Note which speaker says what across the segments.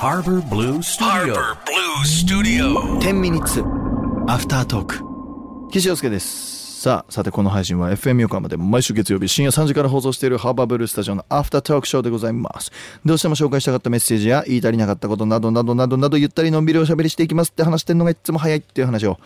Speaker 1: Harbor Blue Studio.
Speaker 2: Harbor Blue Studio.
Speaker 3: 10ミニッツアフタートーク岸洋介ですさあさてこの配信は FM 横浜で毎週月曜日深夜3時から放送しているハーバーブルースタジオのアフタートークショーでございますどうしても紹介したかったメッセージや言い足りなかったことなどなどなどなどゆったりのんびりおしゃべりしていきますって話してるのがいつも早いっていう話を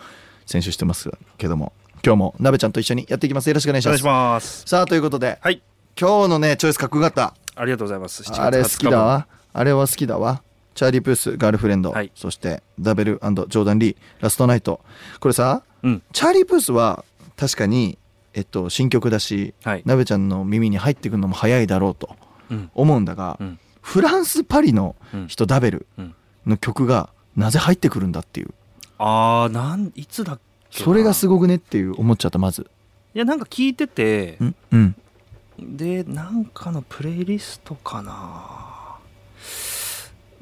Speaker 3: 先週してますけども今日も鍋ちゃんと一緒にやっていきますよろしくお願いし
Speaker 4: お
Speaker 3: ま
Speaker 4: 願
Speaker 3: す
Speaker 4: いします。
Speaker 3: さあということで、
Speaker 4: はい、
Speaker 3: 今日のねチョイスかっこよかった
Speaker 4: ありがとうございます。7月
Speaker 3: あれ好きだ
Speaker 4: 20
Speaker 3: わあれは好きだわチャーリー・プースガールフレンド、
Speaker 4: はい
Speaker 3: そしてダベルジョーダン・リーラストナイトこれさ、
Speaker 4: うん
Speaker 3: チャーリー・プースは確かに、えっと、新曲だし、
Speaker 4: はい
Speaker 3: なべちゃんの耳に入ってくるのも早いだろうと
Speaker 4: うん
Speaker 3: 思うんだが、
Speaker 4: うん
Speaker 3: フランス・パリの人、ダベル
Speaker 4: うん
Speaker 3: の曲がなぜ入ってくるんだっていう
Speaker 4: 日ああ、なん、いつだっけな。
Speaker 3: それがす
Speaker 4: い。
Speaker 3: ごくねっていう思っちゃったまず
Speaker 4: いや、なんか聞いてて
Speaker 3: う、んうん
Speaker 4: で、なんかのプレイリストかな。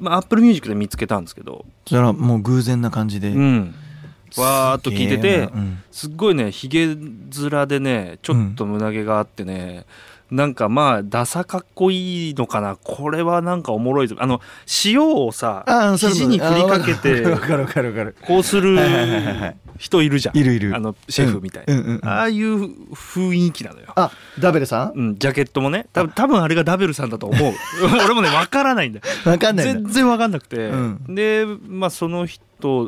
Speaker 4: まあ、アップルミュージックで見つけたんですけど、
Speaker 3: それはもう偶然な感じで、
Speaker 4: うん。わーっと聞い
Speaker 3: す
Speaker 4: て
Speaker 3: げ
Speaker 4: て
Speaker 3: ーな、うん
Speaker 4: すっごいね、ひげ面でね、ちょっと胸毛があってね、なんかまあ、ダサかっこいいのかな。これはなんかおもろいぞ。あの、塩をさ、
Speaker 3: あそういうこと
Speaker 4: 肘に振りかけ
Speaker 3: あわ
Speaker 4: て、
Speaker 3: かるわかるわかる
Speaker 4: こうする
Speaker 3: はいはいはいはいはい
Speaker 4: 人いるじゃん。
Speaker 3: いるいる
Speaker 4: あのシェフみたいな、
Speaker 3: うんうんうんうん
Speaker 4: ああいう雰囲気なのよ、
Speaker 3: あダベルさん
Speaker 4: うん、ジャケットもね多分多分あれがダベルさんだと思う 俺もね分からないんだよ
Speaker 3: わかんないん
Speaker 4: 全
Speaker 3: だ
Speaker 4: 然分かんなくて、
Speaker 3: うん
Speaker 4: でまあその人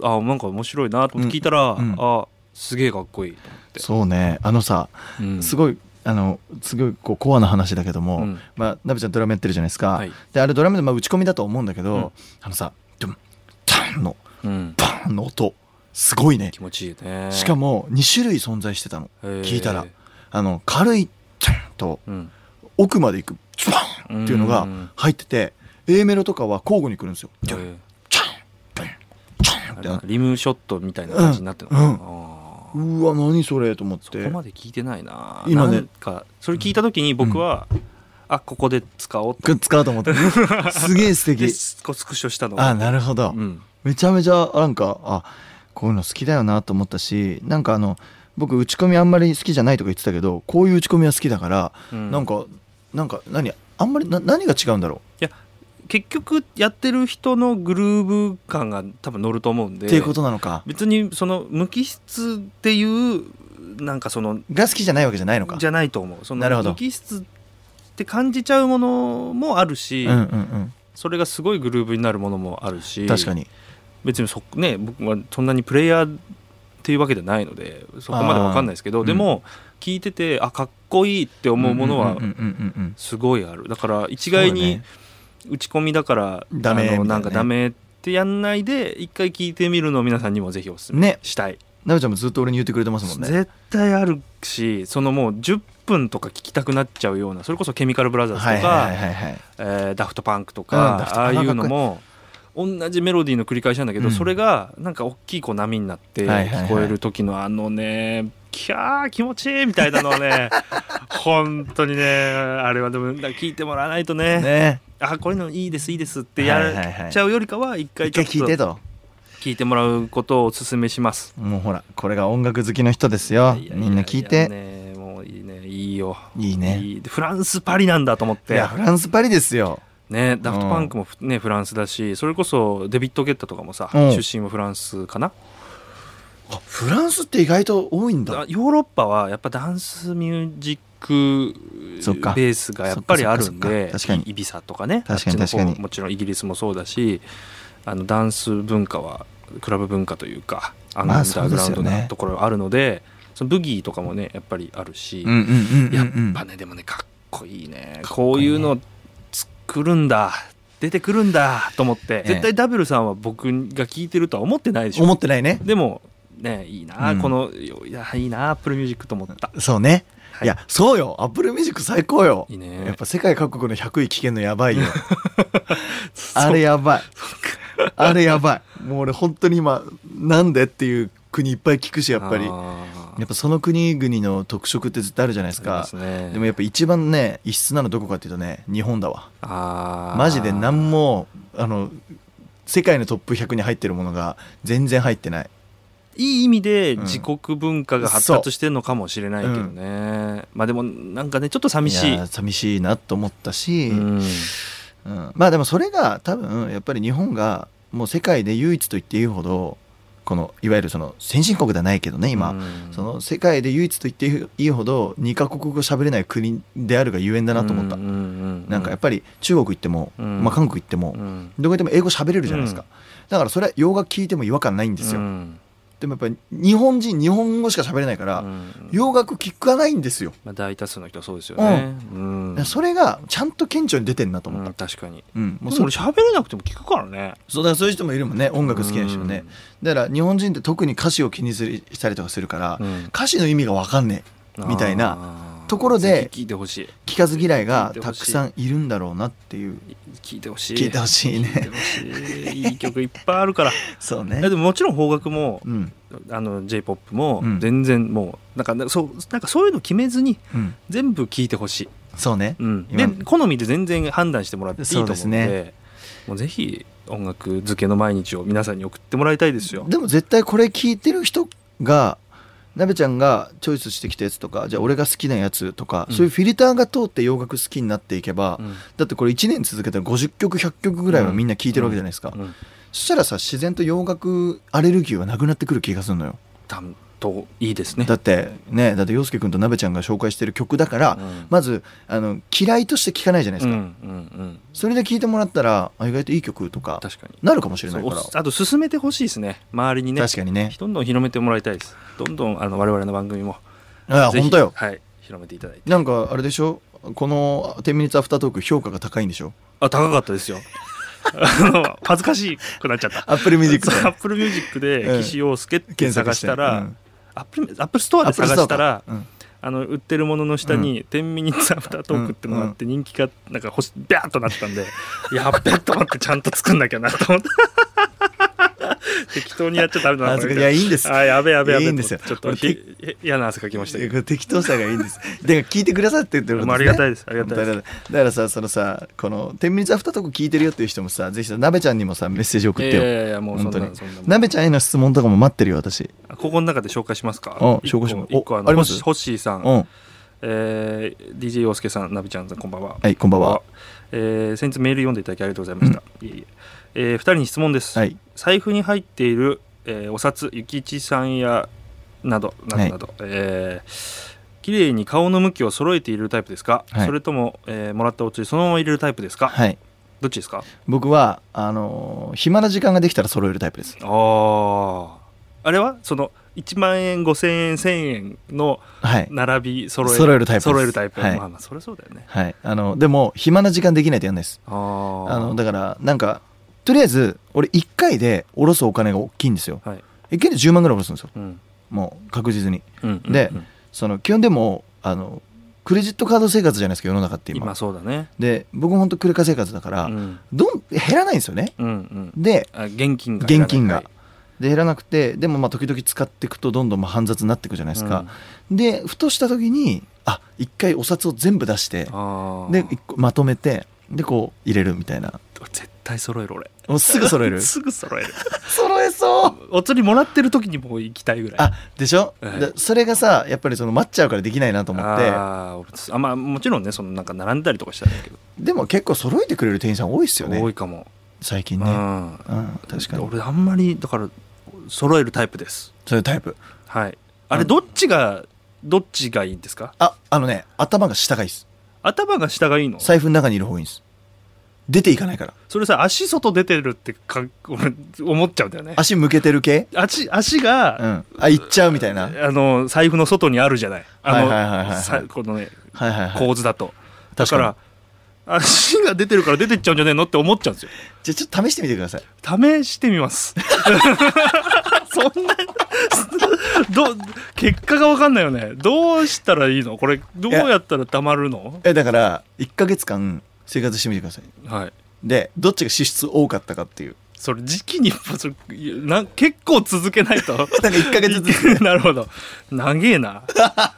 Speaker 4: あなんか面白いなと思って聞いたら、
Speaker 3: うんうん
Speaker 4: あすげえかっこいいと思って
Speaker 3: そうねあのさ、
Speaker 4: うん
Speaker 3: すごいあのすごいこうコアな話だけども、
Speaker 4: うん
Speaker 3: まあ、ナベちゃんドラムやってるじゃないですか、
Speaker 4: はい
Speaker 3: であれドラムで、まあ、打ち込みだと思うんだけど、
Speaker 4: うん
Speaker 3: あのさドゥンタンの
Speaker 4: うん
Speaker 3: パンの音すごいね
Speaker 4: 気持ちいいね
Speaker 3: しか
Speaker 4: も
Speaker 3: も2種類存在してたの聞
Speaker 4: 聞
Speaker 3: いたらあの軽いタンと
Speaker 4: うん、
Speaker 3: 奥まで行くチュパンっていうのが入ってて A メロとかは交互に来るんですよ
Speaker 4: へ
Speaker 3: チュン
Speaker 4: え
Speaker 3: チュンチュンチュン
Speaker 4: あ
Speaker 3: って
Speaker 4: れか
Speaker 3: な
Speaker 4: な
Speaker 3: って
Speaker 4: リムショットみたいな感じになってるのかな、
Speaker 3: うんうん
Speaker 4: あー
Speaker 3: うわ何それと思って
Speaker 4: そこまで聞いてないな
Speaker 3: 今
Speaker 4: 今
Speaker 3: ね
Speaker 4: ねかそれ聞いた時に僕は、あここで使おうと
Speaker 3: くっ使うと思って すげえ素
Speaker 4: で
Speaker 3: 敵
Speaker 4: スコスクショしたのを
Speaker 3: あなるほど、
Speaker 4: うん
Speaker 3: めちゃめちゃなんかあこういうの好きだよなと思ったしなんかあの僕打ち込みあんまり好きじゃないとか言ってたけどこういう打ち込みは好きだから、
Speaker 4: うん
Speaker 3: なんかなんか何あんまりな何が違うんだろ
Speaker 4: 結局やってる人のグルーヴ感が多分乗ると思うん
Speaker 3: う
Speaker 4: で
Speaker 3: っていうことなのか
Speaker 4: 別にその無機質っていうなんかその
Speaker 3: が好きじゃないわけじゃないのか
Speaker 4: じゃないと思うそ
Speaker 3: なるほ
Speaker 4: の
Speaker 3: ど
Speaker 4: 無機質って感じちゃうものもあるし、
Speaker 3: うんうん
Speaker 4: それがすごいグルーヴになるものもある
Speaker 3: う
Speaker 4: し
Speaker 3: ん、確かに
Speaker 4: 別にそね僕はそんなにプレイヤーっていうわけじゃないのでそこまでわかんないですけ
Speaker 3: あ
Speaker 4: ど
Speaker 3: ー
Speaker 4: でも聞いててあかっこいいって思うものは
Speaker 3: んうんうんうんうん
Speaker 4: すごいあるだから一概に打ち込みだから
Speaker 3: ダメみたい
Speaker 4: あ
Speaker 3: な
Speaker 4: の
Speaker 3: ね
Speaker 4: なんかダメってやんないで一回聞いてみるのを皆さんにもぜひおすす
Speaker 3: ね
Speaker 4: めしたい、
Speaker 3: なべちゃんもずっと俺に言ってくれてますもんね
Speaker 4: 絶対あるしそのもう10分とか聞きたくなっちゃうようなそれこそケミカルブラザーズとか、
Speaker 3: はいはいはいはい
Speaker 4: えーダフトパンクと
Speaker 3: うんダ
Speaker 4: か
Speaker 3: フ、ト
Speaker 4: あ
Speaker 3: パ
Speaker 4: あ
Speaker 3: ン
Speaker 4: い
Speaker 3: ク
Speaker 4: うのも同じメロディーの繰り返しなんだけど、
Speaker 3: うん
Speaker 4: それがなんか大きいこう波になって
Speaker 3: はいはいはい
Speaker 4: 聞こえる時のあのねキャー気持ちいいみたいなの をね本当にねあれはでもだから聞いてもらわないとね
Speaker 3: ね
Speaker 4: あこういうのいいですいいですって
Speaker 3: はいはい
Speaker 4: や
Speaker 3: はい
Speaker 4: っちゃうよりかは一回
Speaker 3: 一
Speaker 4: ちょ
Speaker 3: 回聞いて
Speaker 4: っと
Speaker 3: と
Speaker 4: 聞いてもらうことをお勧めします
Speaker 3: もうほらこれが音楽好きの人ですよ
Speaker 4: いやいやいや
Speaker 3: みんな聞いて
Speaker 4: ねもういいねいいよ
Speaker 3: いいね
Speaker 4: でフランスパリなんだと思っ
Speaker 3: い
Speaker 4: て
Speaker 3: やフランスパリですよ
Speaker 4: ねダフトパンクもふねフランスだしそれこそデビッド・ゲッタとかもさ
Speaker 3: うん
Speaker 4: 出身はフランスかな
Speaker 3: あフランスって意外と多いん
Speaker 4: だ
Speaker 3: だ
Speaker 4: ヨーロッパはやっぱダンスミュージック
Speaker 3: そっか
Speaker 4: ベースがやっぱりあるん
Speaker 3: そっかそっかそっ
Speaker 4: で
Speaker 3: か確かに
Speaker 4: イビサとかね
Speaker 3: 確かに
Speaker 4: あっちの
Speaker 3: 確
Speaker 4: 方
Speaker 3: かに
Speaker 4: もちろんイギリスもそうだしあのダンス文化はクラブ文化というかあの
Speaker 3: ま
Speaker 4: ア
Speaker 3: あ
Speaker 4: ンダーグラウンド
Speaker 3: そうですよね
Speaker 4: なところあるのでそのブギーとかもねやっぱりあるし、
Speaker 3: うんうんうんうんうん
Speaker 4: やっぱねでもねかっこいいねこういうの作るんだ出てくるんだと思って、
Speaker 3: え
Speaker 4: 絶対ダブルさんは僕が聞いてるとは思ってないでしょ
Speaker 3: 思ってないね
Speaker 4: でもねいいな、
Speaker 3: うん
Speaker 4: このいやいいなアップルミュージックと思った、
Speaker 3: そうね、、
Speaker 4: はい
Speaker 3: やそうよアップルミュージック最高よ
Speaker 4: いいね
Speaker 3: やっぱ世界各国の100位聞けんのやばいよ あれやばいあれやばいもう俺本当に今なんでっていう国いっぱい聞くしやっぱりや
Speaker 4: や
Speaker 3: っぱその国々の特色って絶対あるじゃないですか
Speaker 4: ですね
Speaker 3: でもやっぱ一番ね異質なのどこかっていうとね日本だわ
Speaker 4: あー
Speaker 3: マジで何もあの世界のトップ100に入ってるものが全然入ってない
Speaker 4: いい意味で
Speaker 3: うん
Speaker 4: 自国文化が発達してるのかもしれないけどね、まあでもなんかねちょっと寂しい
Speaker 3: や寂しいなと思ったし、
Speaker 4: うん
Speaker 3: うん、まあでもそれが多分やっぱり日本がもう世界で唯一と言っていいほどこのいわゆるその先進国ではないけどね今、
Speaker 4: うん
Speaker 3: その世界で唯一と言っていいほど2カ国語喋れない国であるがゆえんだなと思った、
Speaker 4: うんううん
Speaker 3: なんかやっぱり中国行っても、
Speaker 4: うん
Speaker 3: まあ、韓国行っても、
Speaker 4: うん
Speaker 3: どこ行っても英語喋れるじゃないですか、
Speaker 4: うん
Speaker 3: だからそれは洋楽聞いても違和感ないんですよ、
Speaker 4: うん
Speaker 3: でもやっぱり日本人日本語しか喋れないから、
Speaker 4: うん
Speaker 3: 洋楽聞かないんですよ、
Speaker 4: まあ、大多数の人はそうですよね。うん
Speaker 3: だからそれがちゃんと顕著に出てんなと
Speaker 4: う
Speaker 3: 思った、
Speaker 4: ん確かに。
Speaker 3: うん
Speaker 4: も
Speaker 3: も
Speaker 4: う
Speaker 3: う
Speaker 4: そ
Speaker 3: そ
Speaker 4: れ喋れなくても聞くからね。
Speaker 3: そうだからそういう人もいるもんね音楽好きな人ね、だから日本人って特に歌詞を気にするしたりとかするから、
Speaker 4: うん
Speaker 3: 歌詞の意味が分かんねえみたいな
Speaker 4: な
Speaker 3: ところで
Speaker 4: 聞いてほしい。
Speaker 3: 聞かず嫌いが
Speaker 4: 聞いて
Speaker 3: た
Speaker 4: ほ
Speaker 3: く
Speaker 4: しい
Speaker 3: さんいるんだろうなっていう
Speaker 4: 聞いてほしい。
Speaker 3: 聞いてほしいね
Speaker 4: 聞いてほしい。いい曲いっぱいあるから。
Speaker 3: そう
Speaker 4: い
Speaker 3: ね
Speaker 4: やでももちろん邦楽も
Speaker 3: うん
Speaker 4: あの J-POP も
Speaker 3: うん
Speaker 4: 全然もうなんかなそうなんかそういうの決めずに
Speaker 3: うん
Speaker 4: 全部聞いてほしい。
Speaker 3: そうね、
Speaker 4: うん、で
Speaker 3: 今
Speaker 4: 好みで全然判断してもらっていいと思うので
Speaker 3: そうですね
Speaker 4: もうぜひ音楽漬けの毎日を皆さんに送ってもらいたいですよ。
Speaker 3: でも絶対これ聞いてる人がなべちゃんがチョイスしてきたやつとかじゃあ俺が好きなやつとか、
Speaker 4: うん
Speaker 3: そういうフィルターが通って洋楽好きになっていけば、
Speaker 4: うん
Speaker 3: だってこれ1年続けたら50曲100曲ぐらいはみんな聞いてるわけじゃないですか、
Speaker 4: うん
Speaker 3: そしたらさ自然と洋楽アレルギーはなくなってくる気がするのよ
Speaker 4: 担当いいですね。
Speaker 3: だってねだって陽介君となべちゃんが紹介してる曲だから、
Speaker 4: うん
Speaker 3: まずあの嫌いとして聴かないじゃないです
Speaker 4: うん
Speaker 3: か、
Speaker 4: うんうん、
Speaker 3: それで聴いてもらったらあ意外といい曲とか
Speaker 4: 確かに。
Speaker 3: なるかもしれない
Speaker 4: そ
Speaker 3: か
Speaker 4: う
Speaker 3: ら、
Speaker 4: おすあと進めてほしいですね周りにね
Speaker 3: 確かにね
Speaker 4: どんどん広めてもらいたいですどんどんあの我々の番組も
Speaker 3: あ
Speaker 4: ぜひ
Speaker 3: 本当よ
Speaker 4: はい広めていただいて
Speaker 3: なんかあれでしょこの「10ミニッツアフタートーク」評価が高いんでしょ
Speaker 4: あ高かったですよあの恥ずかしくなっちゃった
Speaker 3: アップルミュージック
Speaker 4: そうアップルミュージック
Speaker 3: う
Speaker 4: で
Speaker 3: ん
Speaker 4: 岸洋介って
Speaker 3: 検
Speaker 4: 探
Speaker 3: 索
Speaker 4: し
Speaker 3: して
Speaker 4: たら、
Speaker 3: うん
Speaker 4: アップルアップルストアで探したら、
Speaker 3: うん
Speaker 4: あの売ってるものの下に「10ミニッツアフタートーク」ってのがあって人気がなんか星ビャーっとなったんで やっべと思ってちゃんと作んなきゃなと思って 適当にやっちゃダメだな
Speaker 3: あ
Speaker 4: こ
Speaker 3: そ
Speaker 4: れ
Speaker 3: うかいやいいんです
Speaker 4: あやべやべやべ
Speaker 3: いいんですよ
Speaker 4: ちょっと
Speaker 3: 俺
Speaker 4: ひ嫌な汗かきましたけ ど
Speaker 3: 適当さがいいんですで聞いてくださってるってことです、ね、
Speaker 4: まあありがたいですありがたいです
Speaker 3: だからだからさそのさこの「10ミニッツアフタートーク」聞いてるよっていう人もさぜひさなべちゃんにもさメッセージ送っ
Speaker 4: い
Speaker 3: てよ、
Speaker 4: やいやいやもうそ
Speaker 3: 本
Speaker 4: ん
Speaker 3: 当
Speaker 4: な
Speaker 3: に
Speaker 4: そんな
Speaker 3: なべちゃんへの質問とかも待ってるよ私
Speaker 4: ここの中で紹介しますか
Speaker 3: うん紹介します
Speaker 4: 一個一個あの
Speaker 3: おあります
Speaker 4: ホッシーホッシーさん、
Speaker 3: うん
Speaker 4: えー、DJ 洋介さん、ナビちゃんさん、こんばんは。
Speaker 3: はいこんばんは。
Speaker 4: えー、先日メール読んでいただきありがとうございました。いえいええー、2人に質問です。
Speaker 3: はい
Speaker 4: 財布に入っている、えー、お札、ゆきちさんやなど、などなど、えー綺麗に顔の向きを揃えているタイプですか、
Speaker 3: はい
Speaker 4: それとも、えー、もらったお釣りそのまま入れるタイプですか、
Speaker 3: はい
Speaker 4: どっちですか
Speaker 3: 僕はあのー暇な時間ができたら揃えるタイプです
Speaker 4: あああれはその1万円5000円1000円の
Speaker 3: はい
Speaker 4: 並び揃え
Speaker 3: 揃えるタイプです
Speaker 4: 揃えるタイプ、
Speaker 3: はい
Speaker 4: まあまあそれそうだよね
Speaker 3: はいあのでも暇な時間できないとやんないです
Speaker 4: あー
Speaker 3: あのだからなんかとりあえず俺1回で下ろすお金が大きいんですよ
Speaker 4: はい
Speaker 3: 1回で10万ぐらい下ろすんですよ
Speaker 4: うん
Speaker 3: もう確実に
Speaker 4: うんうん
Speaker 3: で
Speaker 4: うん
Speaker 3: その基本でもあのクレジットカード生活じゃないですか世の中って今
Speaker 4: 今そうだね
Speaker 3: で僕も本当クレカ生活だから、
Speaker 4: うん
Speaker 3: どん減らないんですよね
Speaker 4: うんうん
Speaker 3: で
Speaker 4: あ現金が
Speaker 3: 現金が
Speaker 4: いら
Speaker 3: で減らなくてでもまあ時々使っていくとどんどんまあ煩雑になっていくじゃないです
Speaker 4: う
Speaker 3: か
Speaker 4: ん、
Speaker 3: でふとした時にあ一回お札を全部出して
Speaker 4: ない
Speaker 3: で
Speaker 4: あー
Speaker 3: 一個まとめてでこう入れるみたいな
Speaker 4: 絶対揃える俺
Speaker 3: もうすぐ揃える
Speaker 4: すぐ揃 える
Speaker 3: 揃えそう
Speaker 4: お釣りもらってる時にもう行きたいぐらい
Speaker 3: あでしょ、
Speaker 4: はい
Speaker 3: だそれがさやっぱりその待っちゃうからできないなと思って
Speaker 4: あーあまあもちろんねそのなんか並んだりとかしたんだけど
Speaker 3: でも結構揃えてくれる店員さん多いですよ
Speaker 4: 多
Speaker 3: ね
Speaker 4: いかも
Speaker 3: 最
Speaker 4: う
Speaker 3: 近ね、うん
Speaker 4: ん
Speaker 3: 確かに
Speaker 4: 俺あんまりだから揃えるタイプです
Speaker 3: そういうタイプ
Speaker 4: はいあ
Speaker 3: う
Speaker 4: れ
Speaker 3: ん
Speaker 4: どっちがどっちがいいんですか
Speaker 3: ああのね頭が下がいいです
Speaker 4: 頭が下がいいの
Speaker 3: 財布の中にいる方がいいんです出ていかないから
Speaker 4: それさ足外出てるってか俺思っちゃうんだよね
Speaker 3: 足向けてる系
Speaker 4: 足足
Speaker 3: う
Speaker 4: が、
Speaker 3: んあ行っちゃうみたいなはい
Speaker 4: あの財布の外にあるじゃないあの、
Speaker 3: はいはいはいはい
Speaker 4: さこのね
Speaker 3: はいはい
Speaker 4: 構図だと、だ
Speaker 3: 確
Speaker 4: か
Speaker 3: からら
Speaker 4: 足が出てるから出てっちゃうんじゃねえのって思っちゃうんですよ
Speaker 3: じゃあちょっと試してみてください
Speaker 4: 試してみます そんなどう結果が分かんないよねどうしたらいいのこれどうやったらたまるの
Speaker 3: えだから1か月間生活してみてください
Speaker 4: はい
Speaker 3: でどっちが支出多かったかっていう
Speaker 4: それ時期にやっぱそれいやな結構続けないと
Speaker 3: だから1か月ずつ
Speaker 4: なるほど長えな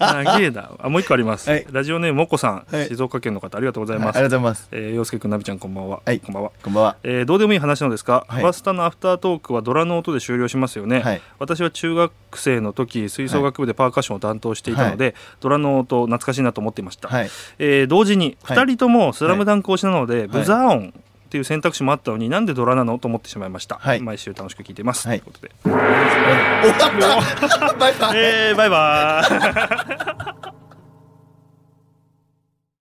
Speaker 4: 長えなあもう一個あります、
Speaker 3: はい
Speaker 4: ラジオネームもこさん、
Speaker 3: はい
Speaker 4: 静岡県の方ありがとうござ
Speaker 3: あ
Speaker 4: い
Speaker 3: りが
Speaker 4: ます、
Speaker 3: とうございます
Speaker 4: えー、陽介くんなびちゃんこんばんは、
Speaker 3: はい
Speaker 4: こんばんは
Speaker 3: こんばんは
Speaker 4: えーどうでもいい話なのですが、
Speaker 3: はい
Speaker 4: アバスタのアフタートークはドラの音で終了しますよね、
Speaker 3: はい
Speaker 4: 私は中学生の時吹奏楽部でパーカッションを担当していたので、ドラの音懐かしいなと思っていました、
Speaker 3: はい
Speaker 4: えー同時に
Speaker 3: はい
Speaker 4: 2人とも「スラムダンク推しなので、
Speaker 3: い
Speaker 4: ブザー音っていう選択肢もあったのになんでドラなのと思ってしまいました、
Speaker 3: はい
Speaker 4: 毎週楽しく聞いています、
Speaker 3: はい
Speaker 4: ということで
Speaker 3: 終わった バイバイ
Speaker 4: えー、バイバーイ